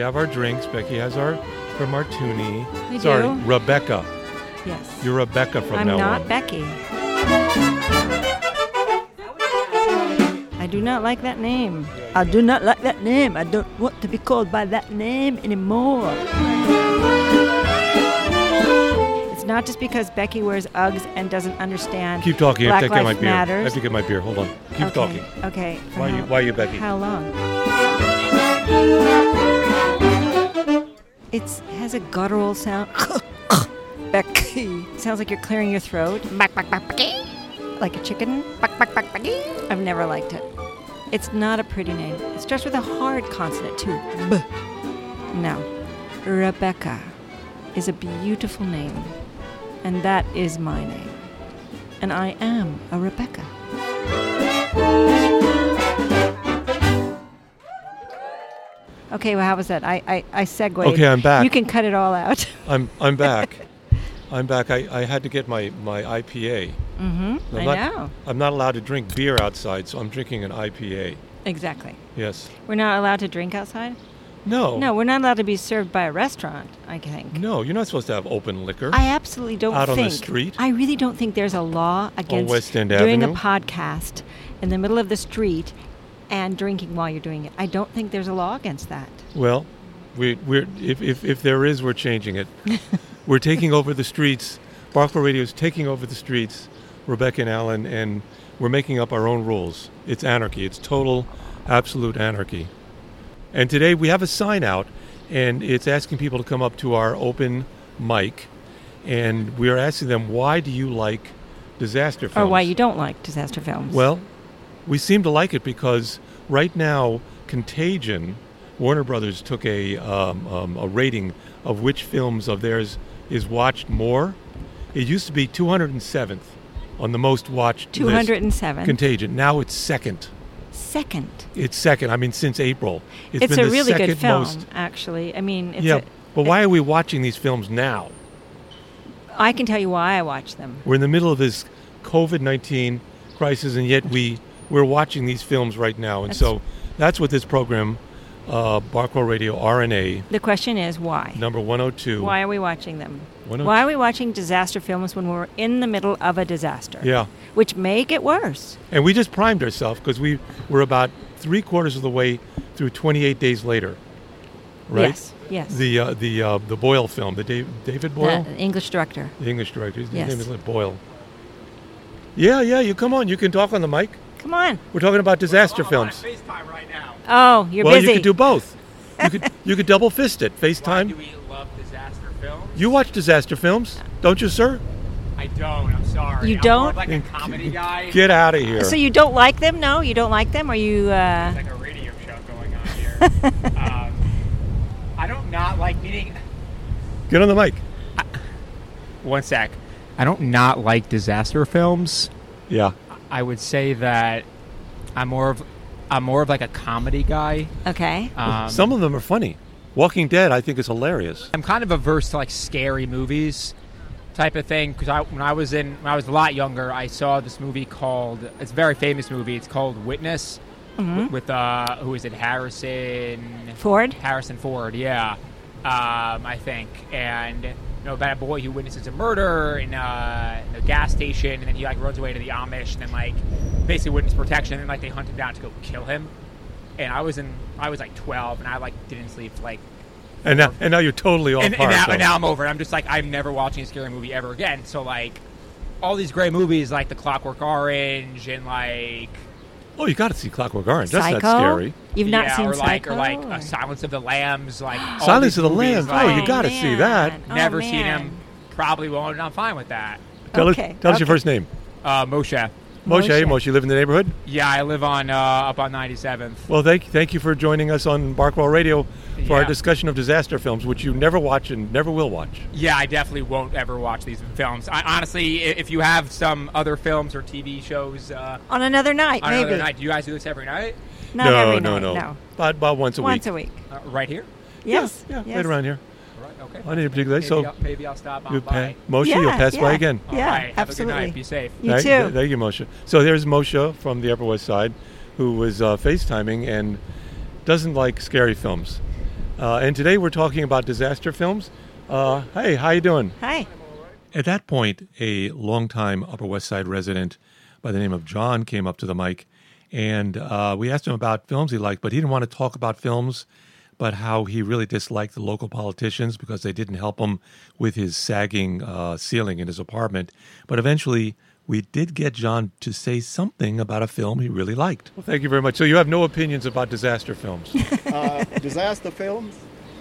have our drinks. Becky has our from Martuni. We Sorry, do. Rebecca. Yes. You're Rebecca from I'm now not on. Becky. I do not like that name. I do not like that name. I don't want to be called by that name anymore. It's not just because Becky wears Uggs and doesn't understand. Keep talking. Black I have to get my Lives beer. I have Matters. to get my beer. Hold on. Keep okay. talking. Okay. for Why how, you- why you Becky? How long? It's has a guttural sound. Becky. Sounds like you're clearing your throat. Like a chicken. I've never liked it. It's not a pretty name. It's just with a hard consonant too. B. No. Rebecca is a beautiful name. And that is my name. And I am a Rebecca. Okay, well, how was that? I, I, I segued. Okay, I'm back. You can cut it all out. I'm I'm back. I'm back. I, I had to get my, my IPA. Mm-hmm. I'm I not, know. I'm not allowed to drink beer outside, so I'm drinking an IPA. Exactly. Yes. We're not allowed to drink outside? No. No, we're not allowed to be served by a restaurant, I think. No, you're not supposed to have open liquor. I absolutely don't Out on think. the street? I really don't think there's a law against West End doing Avenue? a podcast in the middle of the street and drinking while you're doing it. I don't think there's a law against that. Well, we, we're if, if, if there is, we're changing it. we're taking over the streets. Barclay Radio is taking over the streets. Rebecca and Alan, and we're making up our own rules. It's anarchy. It's total, absolute anarchy. And today we have a sign out, and it's asking people to come up to our open mic, and we are asking them, why do you like disaster films? Or why you don't like disaster films. Well, we seem to like it because right now, Contagion, Warner Brothers took a um, um, a rating of which films of theirs is watched more. It used to be 207th on the most watched list. 207. Contagion. Now it's second. Second. It's second. I mean, since April, It's, been a the really second good film, most. actually. I mean, it's yeah, a, but why are we watching these films now? I can tell you why I watch them. We're in the middle of this COVID nineteen crisis, and yet we we're watching these films right now, and That's- so that's what this program, uh, Barclays Radio RNA The question is why? number one hundred two. Why are we watching them? Why not? Why are we watching disaster films when we're in the middle of a disaster? Yeah, Which may get worse. and we just primed ourselves because we were about three quarters of the way through twenty eight days later, right? Yes. Yes. The uh, the uh, the Boyle film, the Dave, David Boyle, The English director. the English director. His Yes. name is like Boyle. Yeah, yeah. You come on. You can talk on the mic. Come on. We're talking about disaster films. FaceTime right now. Oh, you're well, busy. you could do both. You could you could double fist it. Why do FaceTime. we love disaster films? You watch disaster films, don't you, sir? I don't. I'm sorry. You I'm more don't? of like a comedy guy. Get out of here. so you don't like them? No, you don't like them? Are you? Uh, It's like a radio show going on here. um, I don't not like meeting. Get on the mic. One sec. I don't not like disaster films. Yeah. I would say that I'm more of I'm more of like a comedy guy. okay. Um, Some of them are funny. Walking Dead, I think, is hilarious. I'm kind of averse to like scary movies type of thing because I, when I was in when I was a lot younger, I saw this movie called it's a very famous movie. It's called Witness with, with uh, who is it? Harrison Ford. Harrison Ford, yeah, um, I think, and you know about a boy who witnesses a murder in uh, in a gas station, and then he like runs away to the Amish, and then like basically witness protection, and like they hunt him down to go kill him. And I was in, I was like 12, and I like didn't sleep for, like And now, and now you're totally off and, and par, now, so- and now I'm over. it. I'm just like I'm never watching a scary movie ever again. So like, all these great movies like The Clockwork Orange and like oh, you got to see Clockwork Orange. That's Psycho. not scary. You've not yeah, seen or like Psycho. or like uh, Silence of the Lambs, like all Silence of these the movies, Lambs. Like, Oh, you got to see that. man. Oh, never seen man. him. Probably won't. and I'm fine with that. Tell Okay, us, tell us your okay. first name. Uh, Moshe. Moshe. Moshe. Moshe, you live in the neighborhood? Yeah, I live on uh, up on 97th. Well, thank, thank you for joining us on Barkwell Radio for our Yeah. discussion of disaster films, which you never watch and never will watch. Yeah, I definitely won't ever watch these films. I, honestly, i- if you have some other films or TV shows uh, on another night, on maybe. another night, do you guys do this every night? Not no, every no, night. no, No. About, about once a Once week. a week. Uh, right here. Yes. Yeah, yeah yes. right around here. Right. Okay. On any particular day. Maybe, So I'll, maybe I'll stop on you by. pa- Moshe, you'll Yeah, pass by yeah. again. All Yeah, right, have a good night. absolutely. Be safe. You thank, too. Thank you, Moshe. So there's Moshe from the Upper West Side, who was uh, FaceTiming and doesn't like scary films. Uh, and today we're talking about disaster films. Uh, hey, how you doing? Hi. At that point, a longtime Upper West Side resident by the name of John came up to the mic, and uh, we asked him about films he liked, but he didn't want to talk about films, but how he really disliked the local politicians because they didn't help him with his sagging uh, ceiling in his apartment. But eventually, we did get John to say something about a film he really liked. Well, thank you very much. So you have no opinions about disaster films? uh, disaster films.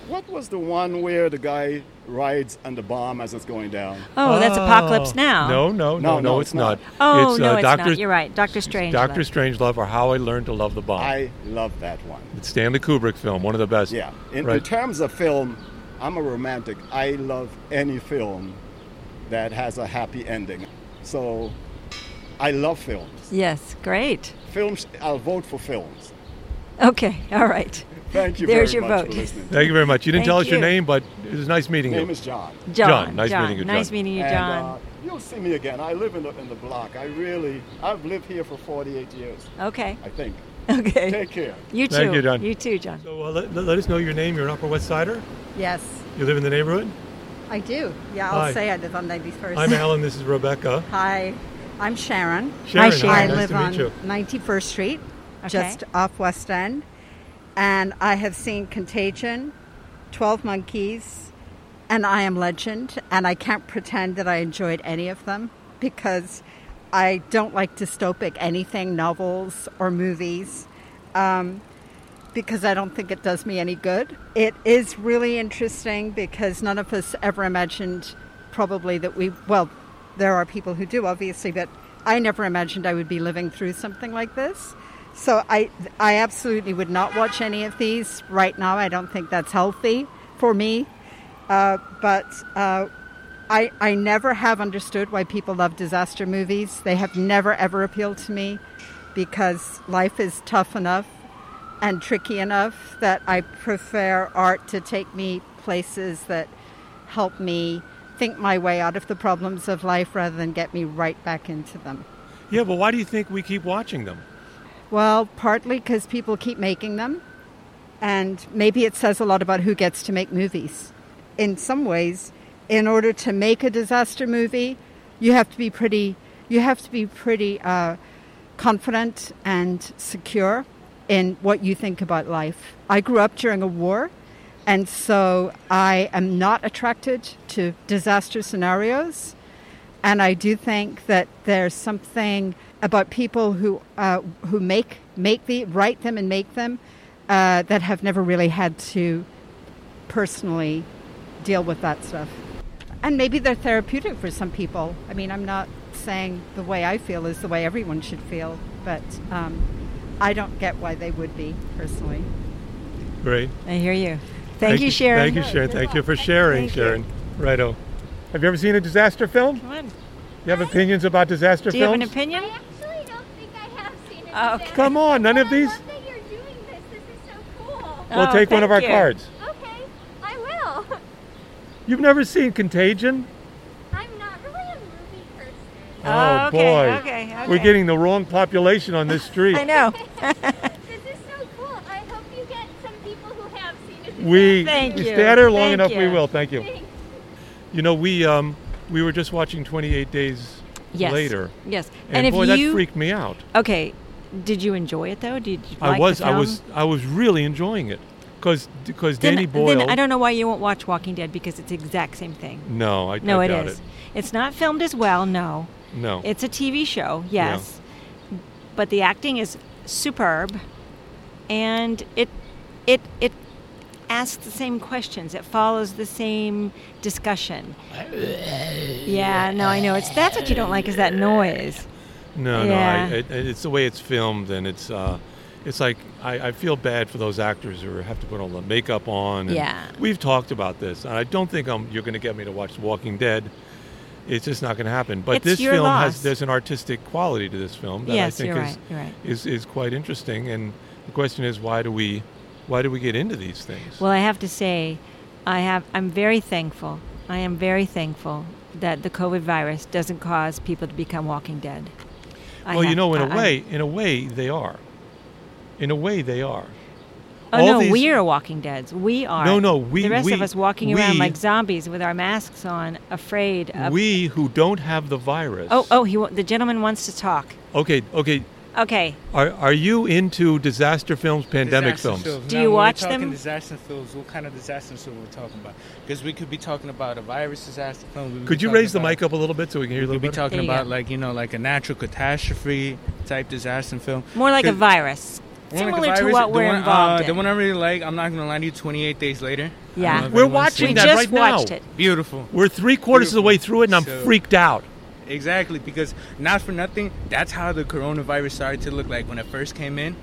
What was the one where the guy rides on the bomb as it's going down? Oh, that's Apocalypse Now. No, no, no, no, no, it's it's not. not. Oh, it's, uh, no, it's Doctor, not. You're right. Doctor Strange. Doctor Strangelove or How I Learned to Love the Bomb. I love that one. It's Stanley Kubrick film, one of the best. Yeah. In, in right. terms of film, I'm a romantic. I love any film that has a happy ending. So I love films. Yes, great. Films, I'll vote for films. Okay, all right. Thank you There's very your much vote. for listening. Thank you very much. You didn't Thank tell us your you. name, but it was nice meeting My you. name is John. John. John, nice meeting you, Nice John. meeting you, and, John. uh, you'll see me again. I live in the, in the block. I really, I've lived here for 48 years, okay. I think. Okay. Take care. You too. Thank you, John. You too, John. So uh, let, let us know your name. You're an Upper West Sider. Yes, You live in the neighborhood. I do. Yeah, I'll Hi. say I live on 91st. I'm Alan. This is Rebecca. Hi, I'm Sharon. Sharon, Sharon. I nice live to meet on you. 91st Street, Okay. just off West End. And I have seen Contagion, 12 Monkeys, and I Am Legend. And I can't pretend that I enjoyed any of them because I don't like dystopic anything, novels or movies. Um, because I don't think it does me any good. It is really interesting because none of us ever imagined, probably, that we, well, there are people who do, obviously, but I never imagined I would be living through something like this. So I, I absolutely would not watch any of these right now. I don't think that's healthy for me. Uh, but uh, I, I never have understood why people love disaster movies. They have never, ever appealed to me because life is tough enough and tricky enough that I prefer art to take me places that help me think my way out of the problems of life rather than get me right back into them. Yeah, but why do you think we keep watching them? Well, partly because people keep making them, and maybe it says a lot about who gets to make movies. In some ways, in order to make a disaster movie, you have to be pretty. You have to be pretty uh, confident and secure in what you think about life. I grew up during a war, and so I am not attracted to disaster scenarios. And I do think that there's something about people who uh, who make make the write them and make them uh, that have never really had to personally deal with that stuff. And maybe they're therapeutic for some people. I mean, I'm not saying the way I feel is the way everyone should feel, but um, I don't get why they would be personally. Great. I hear you. Thank, you, Sharon. Thank you, Sharon. Thank you for sharing, Thank you. Sharon. Righto. Have you ever seen a disaster film? Come on. You have opinions about disaster Do you have films? an opinion? I actually don't think I have seen it. Oh, today. Come on, none of But I these. love that you're doing this. This is so cool. Well, Oh, take one of thank our you. cards. Okay, I will. You've never seen Contagion? I'm not really a movie person. Oh, oh okay, boy. okay, okay. We're getting the wrong population on this street. I know. This is so cool. I hope you get some people who have seen it. We Thank you you. stay out here long Thank enough, we you. will. Thank you. Thanks. You know, we um, we were just watching 28 Days Yes. Later, Yes. and, if boy, you that freaked me out. okay, did you enjoy it though? Did you like I was, the I film? was, I was really enjoying it, because because Then, Danny Boyle. then I don't know why you won't watch Walking Dead because it's the exact same thing. no, I, No, I it doubt is. It's not filmed as well. No, it. No, it's a TV show. Yes, but the acting is superb, and it it it asks the same questions. It follows the same discussion. yeah. No, I know. It's that's what you don't like is that noise. no, yeah. no. I, it, it's the way it's filmed, and it's uh, it's like I, I feel bad for those actors who have to put all the makeup on. and Yeah. we've talked about this, and I don't think i you're going to get me to watch The Walking Dead. It's just not going to happen. But It's this your film loss. has there's an artistic quality to this film that Yes, I think you're is right, you're right. is is quite interesting. And the question is, why do we why do we get into these things? Well, I have to say, I have. I'm very thankful. I am very thankful that the COVID virus doesn't cause people to become Walking Dead. I Well, you have- know, in I- a I'm- way, in a way, they are. In a way, they are. Oh all no, these, we are Walking Dead's. We are. No, no, we- The rest we- of us walking we- around like zombies with our masks on, afraid of. we who don't have the virus. oh, oh, he. wa- The gentleman wants to talk. Okay, okay. Okay. Are are you into disaster films, pandemic Disaster films? films. Do Now, you when watch we're talking them? Disaster films. What kind of disaster films we're talking about? Because we could be talking about a virus disaster film. we Could be you talking raise the about- mic up a little bit so we can hear a We little could be bit? talking There you about go. like you know like a natural catastrophe type disaster film. More like a Could- virus, One similar like to a virus, what the we're one, uh, involved The in. one I really like. I'm not gonna lie to you. 28 Days Later. I don't Yeah. know if We're anyone's watching seen we that just right now. watched it. Beautiful. We're three quarters of the way Beautiful. through it, and I'm So- freaked out. Exactly, because not for nothing, that's how the coronavirus started to look like when it first came in.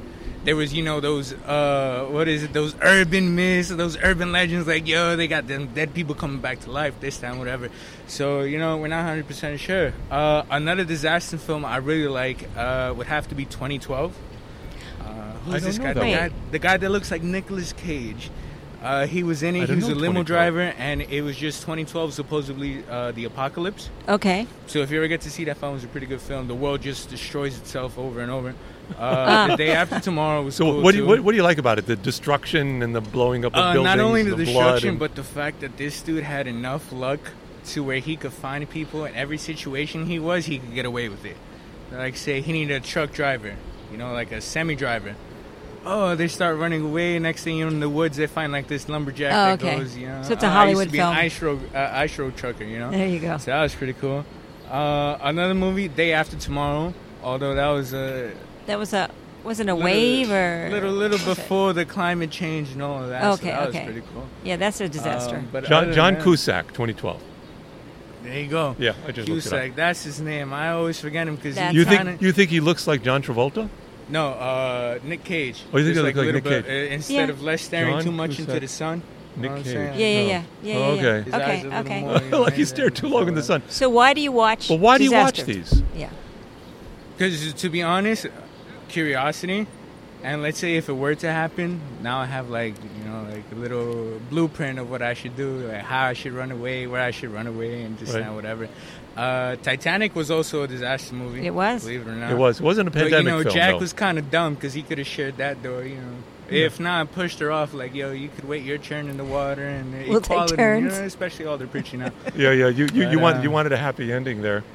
There was, you know, those uh, what is it? Those urban myths, those urban legends, like yo, they got them dead people coming back to life this time, whatever. So you know, we're not hundred percent sure. Uh, another disaster film I really like uh, would have to be 2012. Uh, who's I don't this know guy? that The, one. guy? the guy that looks like Nicolas Cage. Uh, he was in I it. He don't was a know limo 2012. driver, and it was just 2012, supposedly uh, the apocalypse. Okay. So if you ever get to see that film, it's a pretty good film. The world just destroys itself over and over. Uh, the day after tomorrow was So cool what do you, too. what, what do you like about it? The destruction and the blowing up of uh, buildings, not only and the, the blood, destruction, and- but the fact that this dude had enough luck to where he could find people in every situation he was, he could get away with it. Like say he needed a truck driver, you know, like a semi driver. Oh, they start running away. Next thing you know, in the woods, they find like this lumberjack Oh, that okay. goes, you know. So it's a "Uh, I used Hollywood to be film. An ice road, uh, ice road trucker, you know. There you go. So that was pretty cool. Uh, another movie, Day After Tomorrow. Although that was a That was a. Was it a little- wave or? little little was it- before the climate change and all of that. so Okay, that okay. was pretty cool. Yeah, that's a disaster. Um, but other John, than John that- Cusack, 2012. There you go. Yeah, I just looked it up. Cusack, that's his name. I always forget him because That's he's You Kinda- think you think he looks like John Travolta? no, uh, Nick Cage. Oh, you think Just they look like little Nick bit- Cage. uh, instead Yeah. of less staring John too much into Cusack, the sun. you know Nick what I'm Cage. saying? yeah, yeah, No. yeah, yeah, Oh, yeah, okay. His yeah. eyes a Okay. little Okay. more- you Oh, know, like he and stared then too long in the so- sun. So why do you watch? But why do you watch disasters? these? Yeah. Because to be honest, curiosity, and let's say if it were to happen, now I have like you know like a little blueprint of what I should do, like how I should run away, where I should run away, and just Right. now whatever. Uh, Titanic was also a disaster movie. It was. believe it or not. It was. It wasn't a But pandemic you know, film, Jack though. was kind of dumb because he could have shared that door. You know, if not, pushed her off like, yo, you could wait your turn in the water and We'll take equality. turns. You know, especially all the preaching now. yeah, yeah. You you, you But, want uh, you wanted a happy ending there.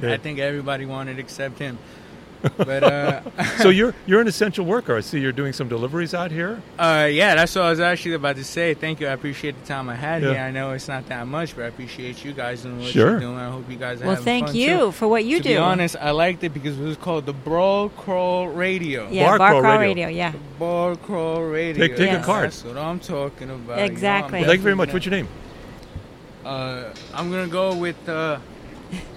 Yeah. I think everybody wanted except him. But uh, so you're you're an essential worker. I see you're doing some deliveries out here. Uh, yeah, that's what I was actually about to say. Thank you. I appreciate the time I had Yeah. here. I know it's not that much, but I appreciate you guys doing what Sure. you're doing. I hope you guys are Well, having thank fun, you too. for what you to do. be honest, I liked it because it was called the Brawl Crawl Radio. yeah, Bar Bar Crawl Crawl Radio. Radio. Yeah. Brawl Crawl Radio. Take- take a card. That's what I'm talking about. Exactly. Well, thank you very much. What's your name? Uh, I'm gonna go with uh,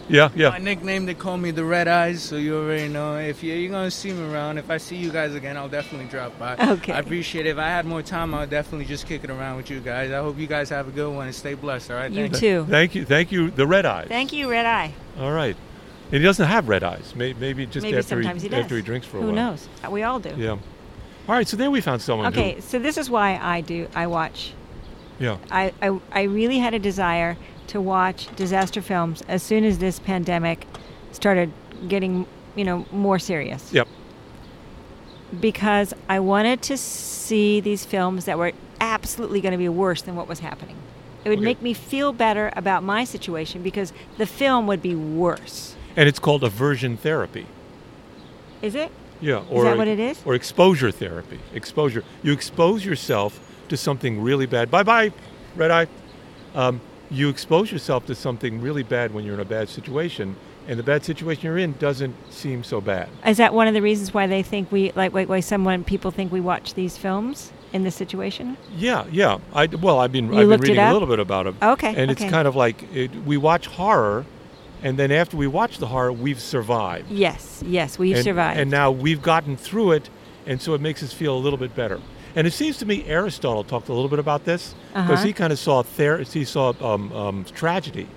Yeah, my yeah. nickname. They call me the Red Eyes, so you already know. If you, you're gonna see me around, if I see you guys again, I'll definitely drop by. Okay. I appreciate it. If I had more time, I'll definitely just kick it around with you guys. I hope you guys have a good one and stay blessed. All right. You Thank too. Thank you, thank you. The red eyes. Thank you, Red Eye. All right. And he doesn't have red eyes. May- Maybe just Maybe after sometimes he does. after he drinks for a Who while. knows? Uh, We all do. Yeah. All right. So there we found someone. who- Okay, so this is why I do. I watch. yeah. I, I I really had a desire to watch disaster films as soon as this pandemic started getting you know more serious. Yep. because I wanted to see these films that were absolutely going to be worse than what was happening. It would Okay. make me feel better about my situation because the film would be worse. And it's called aversion therapy. Is it? Yeah. Or that what it is? Or exposure therapy. Exposure. You expose yourself to something really bad. Bye bye, red eye. Um, you expose yourself to something really bad when you're in a bad situation, and the bad situation you're in doesn't seem so bad. Is that one of the reasons why they think we like why, why someone people think we watch these films in this situation? Yeah, yeah. I well, I've been You I've been looked it reading a up? little bit about it. Okay, And it's okay. kind of like it, we watch horror, and then after we watch the horror, we've survived. Yes, yes, we've and, survived. And now we've gotten through it, and so it makes us feel a little bit better. And it seems to me Aristotle talked a little bit about this because Uh-huh. he kind of saw ther- he saw um, um, tragedy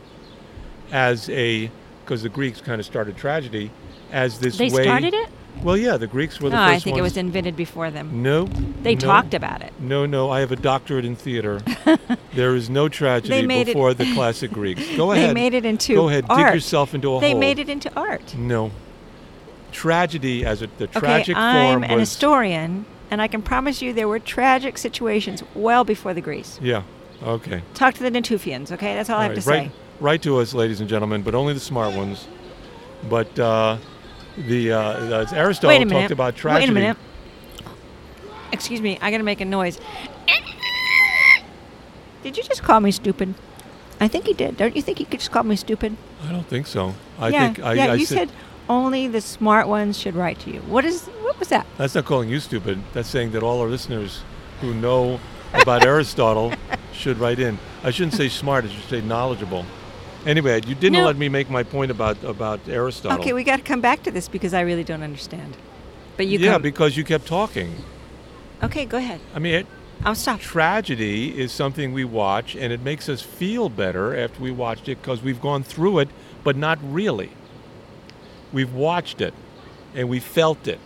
as a because the Greeks kind of started tragedy as this they way. started it? Well, yeah, the Greeks were the no, first I think it ones- was invented before them. No, They no. talked about it. No, no, I have a doctorate in theater. there is no tragedy They made it- before the classic Greeks. Go They ahead. made it into Go ahead, dig art. yourself into a They hole. made it into art. No. Tragedy as a, the Okay, tragic I'm form an was historian. And I can promise you there were tragic situations well before the Greece. Yeah. Okay. Talk to the Natufians, okay? That's all, I have to right. say. Write to us, ladies and gentlemen, but only the smart ones. But uh, the uh, uh, it's Aristotle Wait a minute. talked about tragedy. Wait a minute. Excuse me, I gotta make a noise. Did you just call me stupid? I think he did. Don't you think he could just call me stupid? I don't think so. I yeah, think I, yeah. I you said only the smart ones should write to you. What is? What was that? that's not calling you stupid. That's saying that all our listeners who know about Aristotle should write in. I shouldn't say smart. I should say knowledgeable. Anyway, you didn't No. let me make my point about about Aristotle. Okay, we got to come back to this because I really don't understand. But you yeah, come- because you kept talking. okay, go ahead. I mean, it, I'll stop. tragedy is something we watch, and it makes us feel better after we watched it because we've gone through it, but not really. We've watched it, and we felt it,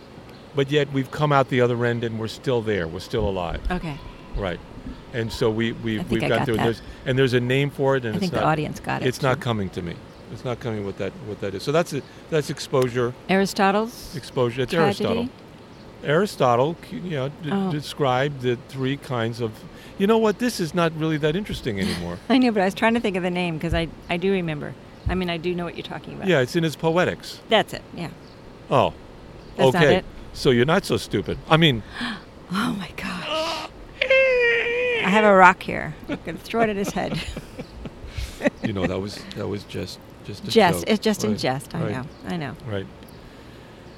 but yet we've come out the other end, and we're still there. We're still alive. Okay, Right. And so we, we, think we've I got, got through it. that. There's, and there's a name for it. And I it's think not, the audience got it. It's not coming to me. It's not coming what that, what that is. So that's, it. that's exposure. Aristotle's Exposure. It's tragedy. Aristotle. Aristotle, c- you know, d- Oh. described the three kinds of. You know what? This is not really that interesting anymore. I know, but I was trying to think of the name because I I do remember. I mean, I do know what you're talking about. yeah, it's in his poetics. that's it. Yeah. Oh, That's not okay. it. So you're not so stupid. I mean, Oh my gosh. I have a rock here. I'm gonna throw it at his head. you know that was that was just just a jest. joke. It's just in Right, jest. I right, know. I know. Right.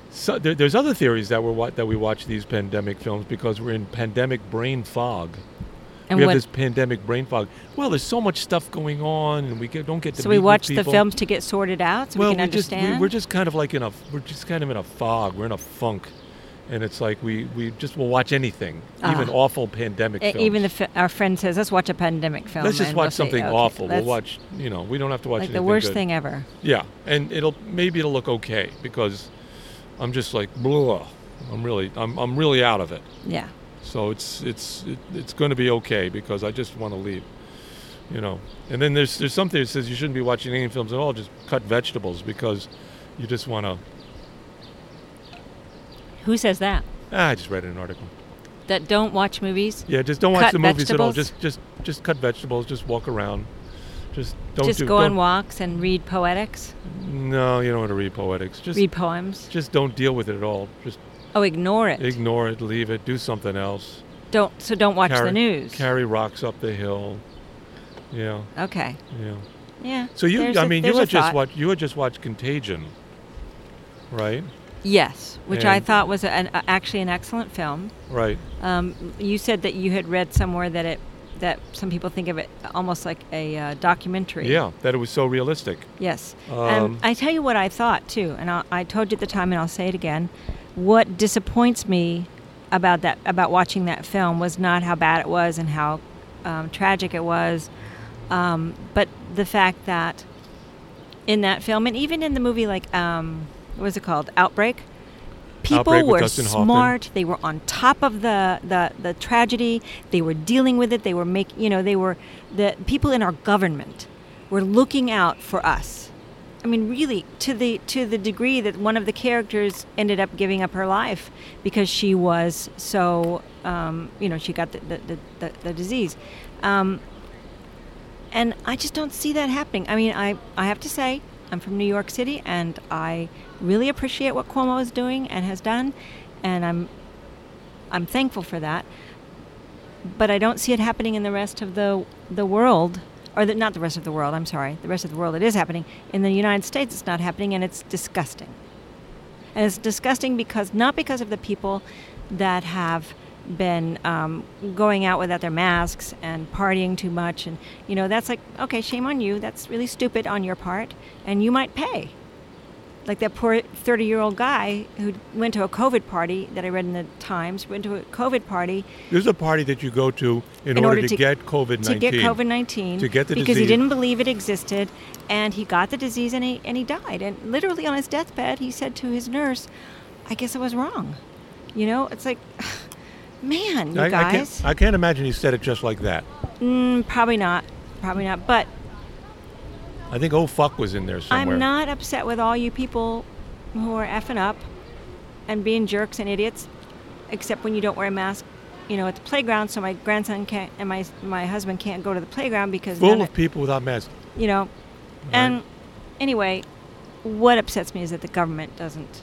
So there, there's other theories that we're wa- that we watch these pandemic films because we're in pandemic brain fog. And we have what? this pandemic brain fog. Well, there's so much stuff going on, and we get, don't get to. so we meet with watch the people. films to get sorted out, so well, we can just, understand. we're just kind of like in a we're just kind of in a fog. We're in a funk, and it's like we we just will watch anything, even awful pandemic. E- films. Even the fi- our friend says, "Let's watch a pandemic film." let's just and watch we'll say, something "Okay, awful. We'll let's- watch you know we don't have to watch like the anything worst good. thing ever. Yeah, and it'll maybe it'll look okay because I'm just like blah. I'm really I'm I'm really out of it. Yeah. So it's it's it, it's going to be okay because I just want to leave, you know. And then there's there's something that says you shouldn't be watching any films at all. Just cut vegetables because you just want to. Who says that? Ah, I just read an article. That don't watch movies. Yeah, just don't watch Cut the movies at all. Just vegetables? just just cut vegetables. Just walk around. Just don't just do, go on don't- walks and read poetics, No, you don't want to read poetics. Just read poems. just don't deal with it at all. Just Oh, ignore it. ignore it. Leave it. Do something else. don't. So don't watch carry, the news. Carry rocks up the hill. Yeah, Okay. yeah. Yeah. So you, There's I a- mean, you there's a had just thought. watched, you had just watched Contagion, right? Yes, which I And- thought was an, uh, actually an excellent film. Right. Um, you said that you had read somewhere that it that some people think of it almost like a uh, documentary. Yeah, that it was so realistic. Yes. Um, and I tell you what I thought too, and I, I told you at the time, and I'll say it again. What disappoints me about that about watching that film was not how bad it was and how um, tragic it was, um, but the fact that in that film and even in the movie, like um, what was it called, Outbreak. People Outbreak with were Dustin Hoffman. smart. They were on top of the, the, the tragedy. They were dealing with it. They were making, you know, they were, the people in our government were looking out for us. I mean, really, to the to the degree that one of the characters ended up giving up her life because she was so, um, you know, she got the the, the, the, the disease, um, and I just don't see that happening. I mean, I I have to say, I'm from New York City, and I really appreciate what Cuomo is doing and has done, and I'm I'm thankful for that. But I don't see it happening in the rest of the the world, or the, not the rest of the world. I'm sorry, the rest of the world. It is happening in the United States. It's not happening, and it's disgusting. And it's disgusting because not because of the people that have been um, going out without their masks and partying too much, and you know that's like okay, shame on you. That's really stupid on your part, and you might pay like that poor 30 year old guy who went to a COVID party that I read in the Times, went to a COVID party There's a party that you go to in, in order, to, get COVID to nineteen. get COVID 19 To get the because he disease. didn't believe it existed and he got the disease and he, and he died. And literally on his deathbed, he said to his nurse, I guess I was wrong. You know, it's like, man, you I, I guys. can't, I can't imagine he said it just like that. Mm, probably not. Probably not. But I think oh fuck was in there somewhere. I'm not upset with all you people who are effing up and being jerks and idiots. except when you don't wear a mask, you know, at the playground. So my grandson can't and my my husband can't go to the playground because none Full of- of people without masks. you know. And anyway, what upsets me is that the government doesn't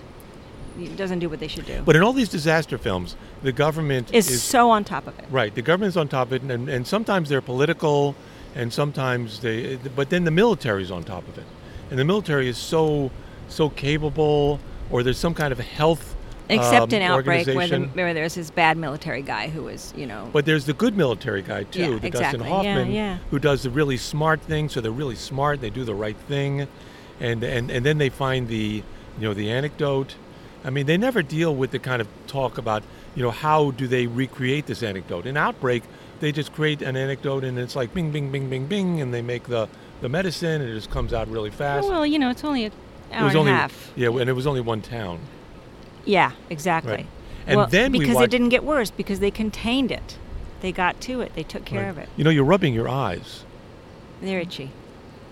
doesn't do what they should do. But in all these disaster films, the government is so on top of it. Right. The government's on top of it, and, and sometimes they're political, and sometimes they. But then the military's on top of it, and the military is so so capable, or there's some kind of health. Except um, an outbreak where, the, organization. where there's this bad military guy who is, you know, But there's the good military guy too, Yeah, the Dustin exactly. Yeah, Hoffman, yeah. who does the really smart thing. So they're really smart. They do the right thing, and and and then they find the you know the anecdote. I mean, they never deal with the kind of talk about you know how do they recreate this anecdote. In Outbreak, they just create an anecdote, and it's like bing, bing, bing, bing, bing, and they make the the medicine, and it just comes out really fast. Oh, well, you know, it's only an it hour was and a only half. yeah, and it was only one town. Yeah, exactly. Right. And well, then we because it watched- didn't get worse because they contained it, they got to it, they took care Right. of it. You know, you're rubbing your eyes. They're itchy.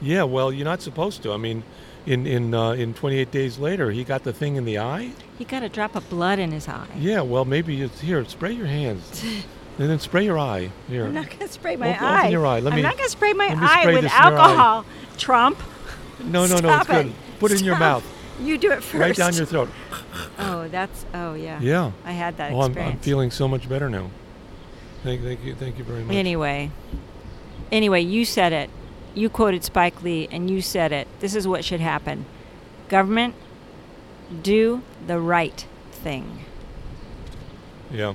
Yeah, well, you're not supposed to. I mean, in in uh, in 28 days later, he got the thing in the eye. He got a drop of blood in his eye. Yeah, well, maybe it's here. Spray your hands, and then spray your eye. Here, I'm not going to spray my Open- eye. open your eye. Let I'm me- not going to spray my let me eye spray with this in your eye. alcohol. Trump. no, no, no, Stop it's good. it. Put it in your Stop. mouth, You do it first. right down your throat. Oh, that's. Oh, yeah. Yeah. I had that Oh, I'm, experience. I'm feeling so much better now. Thank, thank you, thank you very much. Anyway, anyway, you said it. You quoted Spike Lee, and you said it. This is what should happen: government do the right thing. Yeah,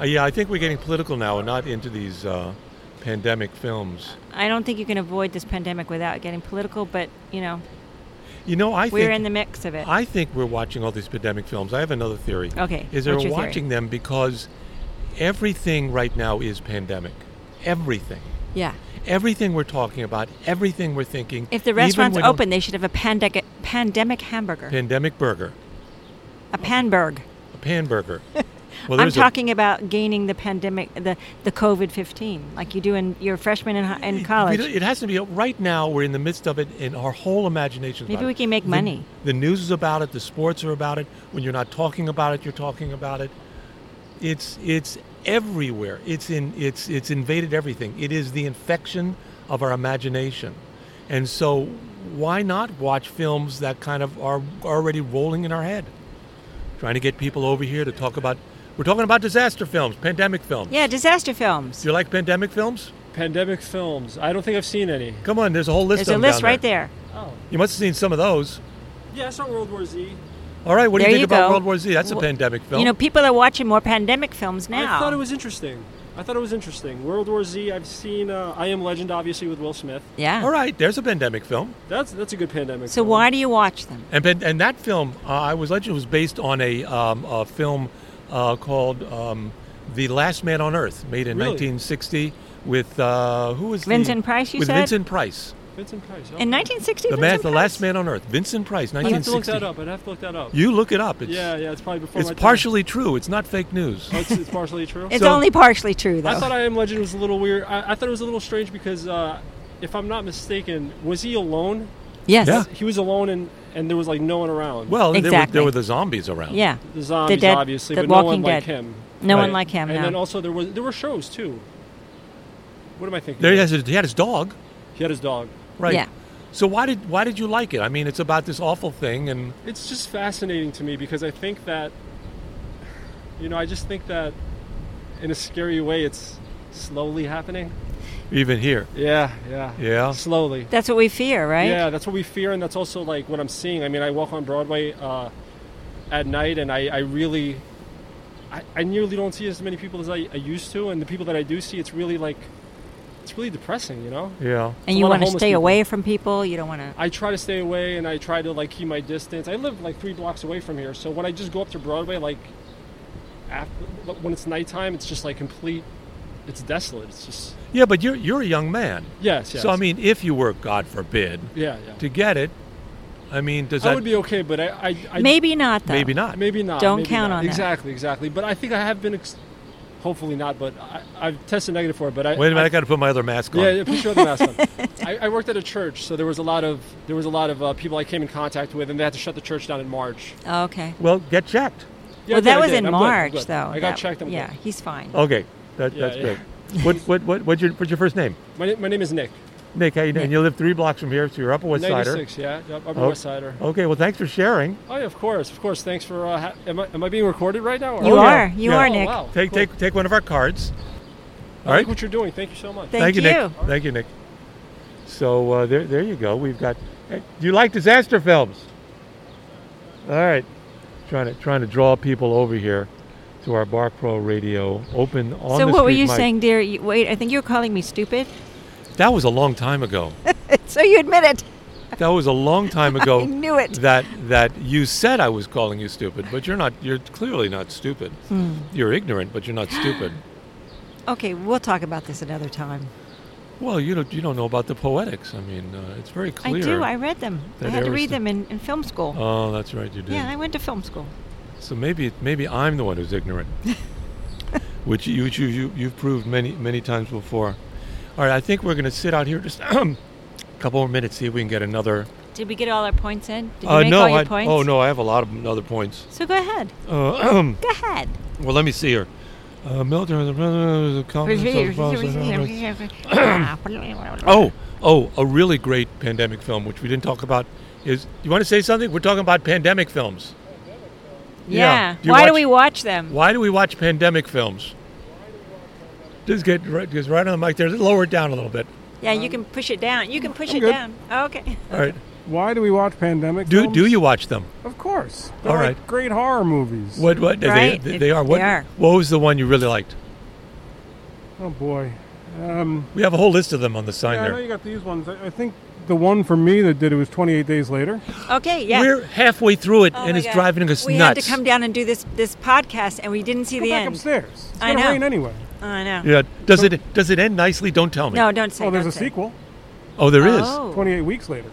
uh, yeah. I think we're getting political now, and not into these uh, pandemic films. I don't think you can avoid this pandemic without getting political, but you know You know, I we're think in the mix of it. I think we're watching all these pandemic films. I have another theory. Okay, Is they're what's your theory? watching them because everything right now is pandemic. Everything. yeah. Everything we're talking about, everything we're thinking. If the even restaurant's when- open, they should have a pandemic pandemic hamburger, pandemic burger, a panberg. a pan burger. Well, I'm there's a- talking about gaining the pandemic, the, the COVID 15, like you do in your freshman in, hi- in college. It, it has to be right now. We're in the midst of it, and our whole imagination. Maybe we can make money. The news is about it. The sports are about it. When you're not talking about it, you're talking about it. It's it's everywhere. It's in it's it's invaded everything. It is the infection of our imagination, and so why not watch films that kind of are already rolling in our head, trying to get people over here to talk about. We're talking about disaster films, pandemic films. yeah, disaster films. Do you like pandemic films? Pandemic films. I don't think I've seen any. Come on, there's a whole list. There's a of them list down right there. Oh. You must have seen some of those. Yeah, I saw World War Z. All right, what do There you think you about go. World War Z? That's a Wh- pandemic film. You know, people are watching more pandemic films I now. thought it was interesting. I thought it was interesting. World War Z. I've seen uh, I Am Legend, obviously with Will Smith. yeah. All right, there's a pandemic film, That's that's a good pandemic. So film. why do you watch them? and pan- and that film, uh, I was legend was based on a um, a film uh, called um, The Last Man on Earth, made in Really? 1960 with uh, who was the- Vincent Price, you with said? Vincent Price, Vincent Price. In 1960, the man, the last man on Earth, Vincent Price, I have to look 1960. that up. I'd have to look that up. You look it up. It's, yeah, yeah. It's probably before it's my time. partially true. It's not fake news. Oh, it's, it's partially true. It's So- only partially true, though. I thought I Am Legend was a little weird. I, I thought it was a little strange because, uh, if I'm not mistaken, was he alone? yes. Yeah. He was alone, and and there was like no one around. Well, there, were, Exactly. there were the zombies around. Yeah. the zombies, dead- obviously, the but no one Walking like Dead. him. No one Right. like him. and no. then also there was there were shows too. What am I thinking? there he of? has. His, he had his dog. He had his dog. Right. Yeah. So why did why did you like it? I mean, it's about this awful thing, and It's just fascinating to me because I think that, you know, I just think that, in a scary way, it's slowly happening. even here, Yeah, yeah, Yeah. Slowly. That's what we fear, right? Yeah, that's what we fear, and that's also like what I'm seeing. I mean, I walk on Broadway uh, at night, and I, I really, I, I nearly don't see as many people as I, I used to, and the people that I do see, it's really like, it's really depressing, you know. yeah, And A you lot of want to homeless stay people. away from people. You don't want to. I try to stay away and I try to like keep my distance. I live like three blocks away from here, so when I just go up to Broadway, like after, when it's nighttime, it's just like complete. It's desolate. It's just yeah. But you're you're a young man, yes, yes. so I mean, if you were, God forbid, yeah, yeah. to get it, I mean, does I that would be okay, but I, I, I Maybe not, though. maybe not? maybe not. Don't maybe count not. on that. exactly, exactly. But I think I have been, ex- hopefully not, but I, I've tested negative for it. But I Wait a minute, I, I- got to put my other mask on. Yeah, yeah, put your other mask on. I, I worked at a church, so there was a lot of there was a lot of uh, people I came in contact with, and they had to shut the church down in March. Oh, okay. Well, get checked. well, Yeah, I did, that I was did. in I'm good, I'm March, good. though. I got That- checked, I'm yeah, good. Oh, he's fine. Okay, that, Yeah, that's yeah. great. what, what, what, what's your, what's your first name? My, na- my name is Nick. Nick, how you doing? You live three blocks from here, so you're Upper West Sider. 96, yeah. Yep, Upper Oh. West Sider. Okay, well, thanks for sharing. Oh, yeah, of course, of course. Thanks for. Uh, ha- am, I, am I being recorded right now? or- You Oh, yeah. are. You Yeah. are, Oh, Nick. wow, Take, cool. take, take one of our cards. I All like right. what you're doing. Thank you so much. Thank you, you. Nick. Thank you, Nick. So uh, there, there you go. We've got. Hey, do you like disaster films? All right, trying to trying to draw people over here to our Bar Pro Radio open on So the what were street you mic. saying, dear? You, wait, I think you were calling me stupid. That was a long time ago. so you admit it. that was a long time ago. I knew it. That that you said I was calling you stupid, but you're not. You're clearly not stupid. Hmm. You're ignorant, but you're not stupid. Okay, we'll talk about this another time. Well, you don't you don't know about the poetics. I mean, uh, it's very clear. I do. I read them. I That had to read Ariston- them in, in film school. Oh, that's right. You did. yeah, I went to film school. So maybe maybe I'm the one who's ignorant, which you, which you, you you've proved many many times before. All right, I think we're going to sit out here just a couple more minutes, see if we can get another. Did we get all our points in? Did you Uh, make no, all your I, points? oh no, I have a lot of other points. So go ahead. Uh, Go ahead. well, let me see here. Uh, military. Oh, oh, a really great pandemic film which we didn't talk about is. You want to say something? We're talking about pandemic films. yeah. Do you Why watch- do we watch them? Why do we watch pandemic films? Just get right, just right on the mic there. Just lower it down a little bit. Yeah, you can push it down. You can push I'm it good. down. Okay. All right. Why do we watch pandemic? Do films? do you watch them? Of course. They're All like right. Great horror movies. What what they- Right, they, it- they are? they What are. what was the one you really liked? Oh boy. Um, We have a whole list of them on the sign yeah, I know there. you got these ones. I, I think the one for me that did it was 28 Days Later. Okay. Yeah. We're halfway through it, Oh and my it's God. driving us we nuts. had to come down and do this this podcast, and we didn't see Go the back end. upstairs. It's I gonna know. rain anyway. I know. yeah. Does it does it end nicely? Don't tell me. No, don't say. Oh, there's don't a say. sequel. Oh, there is. Oh. 28 weeks later.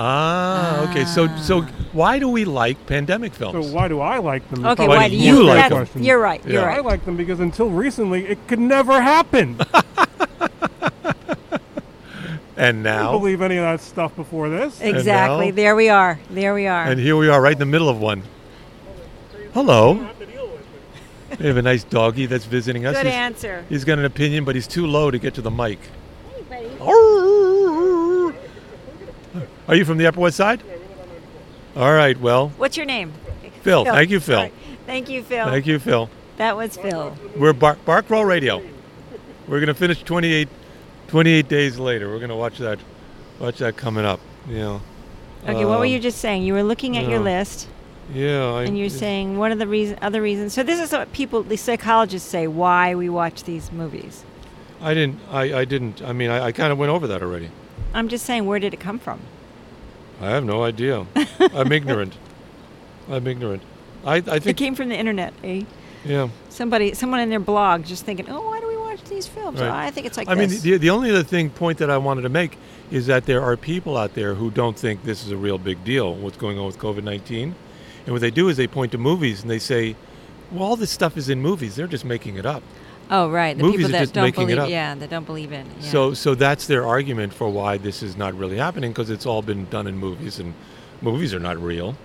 Ah, okay. So so why do we like pandemic So films? why do I like them? is Okay, probably why do the you you more like that's- them? question. You're right. You're Yeah. I right. like them because until recently it could never happen. I and didn't now, believe any of that stuff before this. Exactly. now- There we are. There we are. and here we are, right in the middle of one. Hello. We have a nice doggy that's visiting us. Good He's- answer. He's got an opinion, but he's too low to get to the mic. Hey, buddy. Are you from the Upper West Side? All right, well, What's your name? Phil. Thank you, Phil. Sorry. Thank you, Phil. Thank you, Phil. That was Phil. We're Bar- Bark Roll Radio. We're going to finish 28, 28 days later. We're going to watch that watch that coming up. Yeah. Okay, what were Um, you just saying? You were looking at yeah. your list, Yeah. I, and you're saying what are the reason, other reasons? So this is what people, the psychologists say, why we watch these movies. I didn't. I, I didn't. I mean, I, I kind of went over that already. I'm just saying, where did it come from? I have no idea. I'm ignorant. I'm ignorant. I, I It think. came from the internet. Eh? Yeah. Somebody, someone in their blog, just thinking, oh, why do we watch these films? Right. Oh, I think it's like I mean, this. the, the only other thing point that I wanted to make is that there are people out there who don't think this is a real big deal. What's going on with COVID nineteen, and what they do is they point to movies and they say, "Well, all this stuff is in movies. They're just making it up." oh, right, the movies people are that just don't making it believe, up. yeah, that don't believe in. it, Yeah. So, so that's their argument for why this is not really happening because it's all been done in movies, and movies are not real.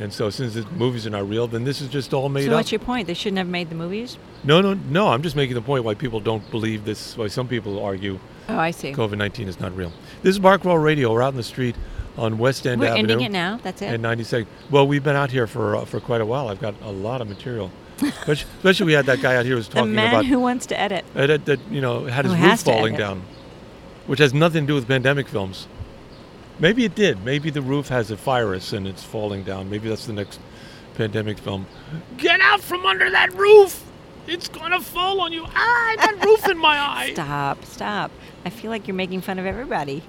And so, since the movies are not real, then this is just all made so up. what's your point? They shouldn't have made the movies. no, no, no. I'm just making the point why people don't believe this. Why some people argue Oh, I see. COVID 19 is not real. This is Barkwell Radio. We're out in the street on West End We're Avenue. ending it now. That's it. And 92nd. Well, we've been out here for uh, for quite a while. I've got a lot of material. Especially especially we had that guy out here who was the talking man about who wants to edit. uh, that, that you know had Who his has roof to falling edit. down, which has nothing to do with pandemic films. Maybe it did. Maybe the roof has a virus and it's falling down. Maybe that's the next pandemic film. Get out from under that roof! It's gonna fall on you. Ah, that roof in my eye. Stop, stop. I feel like you're making fun of everybody.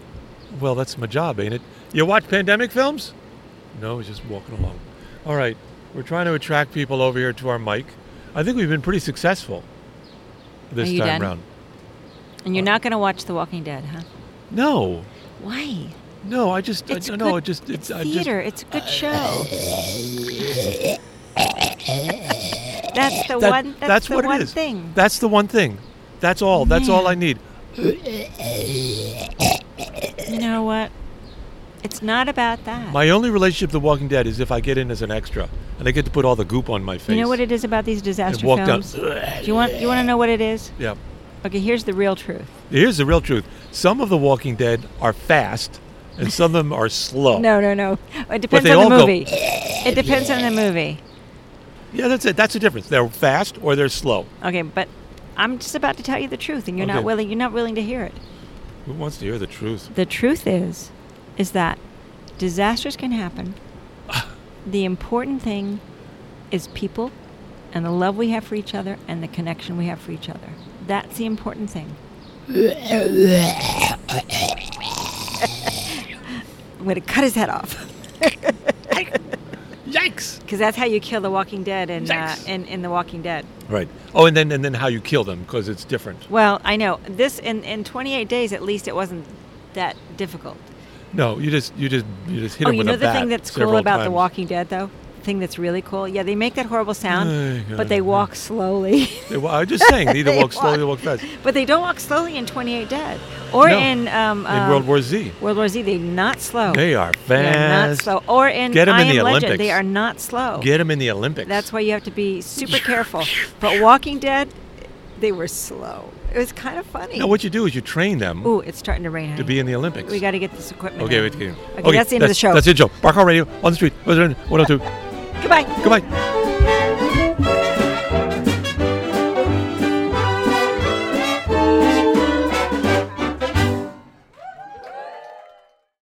Well, that's my job, ain't it? You watch pandemic films? No, I was just walking along. All right, we're trying to attract people over here to our mic. I think we've been pretty successful this Are you time done? round. Oh. And you're not going to watch The Walking Dead, huh? No, Why? no, I just It's I, Uh, no, good- it just It's I just theater. it's a good show. that's the that- one. That's, the what one it is. thing. That's the one thing. That's all. That's all I need. you know what? It's not about that. My only relationship to Walking Dead is if I get in as an extra. and I get to put all the goop on my face. You know what it is about these disaster walked out. films? Do you want you want to know what it is? Yeah. Okay, here's the real truth. Here's the real truth. Some of the Walking Dead are fast, and some of them are slow. No, no, no. It depends Oh. they on the all go, movie. it depends on the movie. Yeah, that's it. That's the difference. They're fast or they're slow. Okay, but I'm just about to tell you the truth, and you're Okay. not willing. You're not willing to hear it. Who wants to hear the truth? The truth is, is that disasters can happen. the important thing is people, and the love we have for each other, and the connection we have for each other. That's the important thing. I'm gonna cut his head off. Yikes! Because that's how you kill the Walking Dead and uh, Yikes. in, in the Walking Dead. Right. Oh, and then and then how you kill them because it's different. Well, I know this in, in 28 days at least it wasn't that difficult. No, you just you just you just hit oh, them you with know a the bat. thing that's cool several about The times. Walking Dead though. Thing that's really cool. Yeah, they make that horrible sound, Ay, but God. they walk slowly. They wa- I was just saying, they either They walk slowly or walk- walk fast. but they don't walk slowly in 28 Dead or No. in In um, um, World War Z. World War Z, they not slow. They are They're not fast. slow. Or in Get 'em I in the Am Legend, Olympics. they are not slow. Get them in the Olympics. That's why you have to be super careful. But Walking Dead, they were slow. It was kind of funny. Now what you do is you train them Ooh, it's starting to rain. to be in the Olympics. We got to get this equipment. okay, in. wait. Okay, Okay, that's the end of the show. That's it, Joe. Bark on radio on the street. 102. Goodbye. Goodbye.